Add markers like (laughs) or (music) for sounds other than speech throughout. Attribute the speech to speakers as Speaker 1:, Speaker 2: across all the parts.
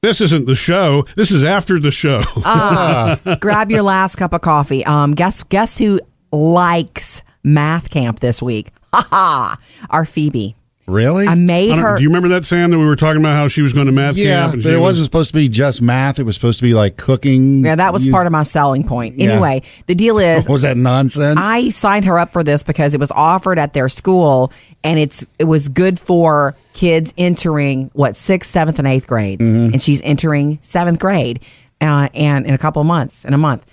Speaker 1: This isn't the show. This is after the show.
Speaker 2: Ah, Grab your last cup of coffee. Um, guess guess who likes math camp this week? (laughs) Ha ha! Our Phoebe.
Speaker 3: Really?
Speaker 2: I
Speaker 1: (laughs)
Speaker 2: made
Speaker 1: I don't-
Speaker 2: her.
Speaker 1: do you remember that Sam that we were talking about how she was going to math
Speaker 3: yeah,
Speaker 1: camp? and
Speaker 3: but
Speaker 1: she
Speaker 3: it
Speaker 1: was-
Speaker 3: wasn't supposed to be just math. It was supposed to be like cooking.
Speaker 2: yeah, that was part of my selling point.
Speaker 3: Yeah. oh.
Speaker 2: Anyway, the deal
Speaker 3: (laughs)
Speaker 2: is
Speaker 3: Was that nonsense?
Speaker 2: I signed her up for this because it was offered at their school, and it's it was good for kids entering what sixth, seventh, and eighth grades, and she's entering seventh grade, uh, and in a couple of months, in a month.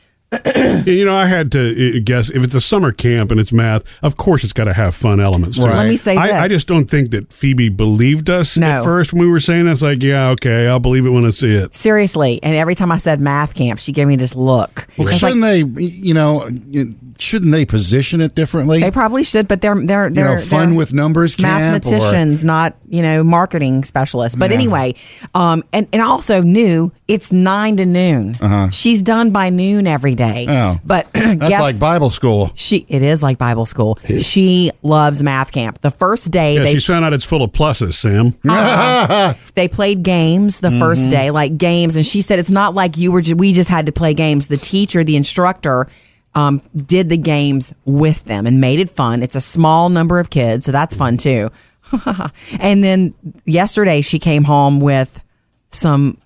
Speaker 1: You know, I had to uh, guess if it's a summer camp and it's math. Of course, it's got to have fun elements. To
Speaker 3: Right.
Speaker 1: it.
Speaker 3: Let
Speaker 2: me say
Speaker 1: I,
Speaker 2: this.
Speaker 1: I just don't think that Phoebe believed us
Speaker 2: No.
Speaker 1: at first when we were saying that's like, yeah, okay, I'll believe it when I see it.
Speaker 2: Seriously, and every time I said math camp, she gave me this look.
Speaker 3: well,
Speaker 2: It's like,
Speaker 3: shouldn't they? You know, you- shouldn't they position it differently?
Speaker 2: they probably should, but they're they're
Speaker 3: you
Speaker 2: they're
Speaker 3: know, fun
Speaker 2: they're
Speaker 3: with numbers camp. or-
Speaker 2: mathematicians, not you know marketing specialists. But anyway, um, and and also new. It's nine to noon. She's done by noon every day.
Speaker 3: Uh-huh. Oh.
Speaker 2: but
Speaker 3: That's
Speaker 2: guess
Speaker 3: like Bible school.
Speaker 2: she it is like Bible school. she loves math camp. The first day
Speaker 1: Yeah,
Speaker 2: they
Speaker 1: she found out it's full of pluses, Sam.
Speaker 2: (laughs) they played games the first day, like games, and she said it's not like you were. Ju- we just had to play games. The teacher, the instructor, um, did the games with them and made it fun. It's a small number of kids, so that's fun too. (laughs) and then yesterday she came home with some.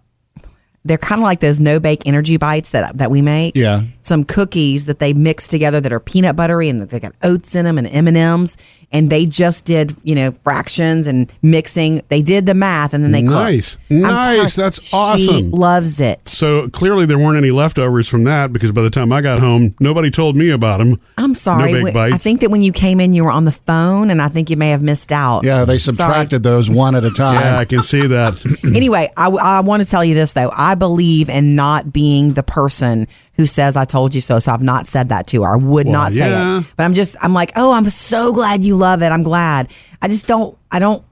Speaker 2: They're kind of like those no bake energy bites that that we make.
Speaker 3: Yeah.
Speaker 2: some cookies that they mix together that are peanut buttery and they got oats in them and M and M's, and they just did you know fractions and mixing. They did the math and then they cooked.
Speaker 1: Nice.
Speaker 2: I'm
Speaker 1: Nice.
Speaker 2: telling-
Speaker 1: That's awesome.
Speaker 2: She loves it.
Speaker 1: So clearly there weren't any leftovers from that because by the time I got home, nobody told me about them.
Speaker 2: I'm sorry.
Speaker 1: No big
Speaker 2: When-
Speaker 1: bites.
Speaker 2: I think that when you came in, you were on the phone, and I think you may have missed out.
Speaker 3: Yeah, they
Speaker 2: Sorry.
Speaker 3: subtracted those one at a time.
Speaker 1: Yeah, I can see that. (clears throat)
Speaker 2: Anyway, I, want to tell you this though. I believe in not being the person who says "I told you so." So I've not said that to her. I would
Speaker 1: Well,
Speaker 2: not say
Speaker 1: yeah.
Speaker 2: it. But I'm just, I'm like, oh, I'm so glad you love it. I'm glad. I just don't, I don't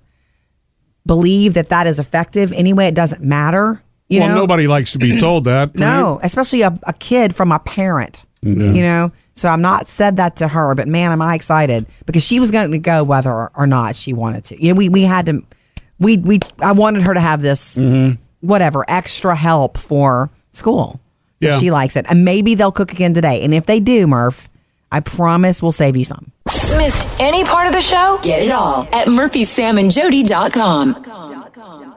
Speaker 2: believe that that is effective. Anyway, it doesn't matter. You
Speaker 1: well,
Speaker 2: know,
Speaker 1: nobody likes to be told that.
Speaker 2: no,
Speaker 1: right?
Speaker 2: especially a, a kid from a parent. You know, so I'm not said that to her, but man, am I excited because she was going to go whether or not she wanted to. You know, we we had to, we we I wanted her to have this whatever extra help for school. So
Speaker 1: Yeah.
Speaker 2: she likes it, and maybe they'll cook again today. And if they do, Murph, I promise we'll save you some.
Speaker 4: Missed any part of the show? Get it all at murphysamandjody.com.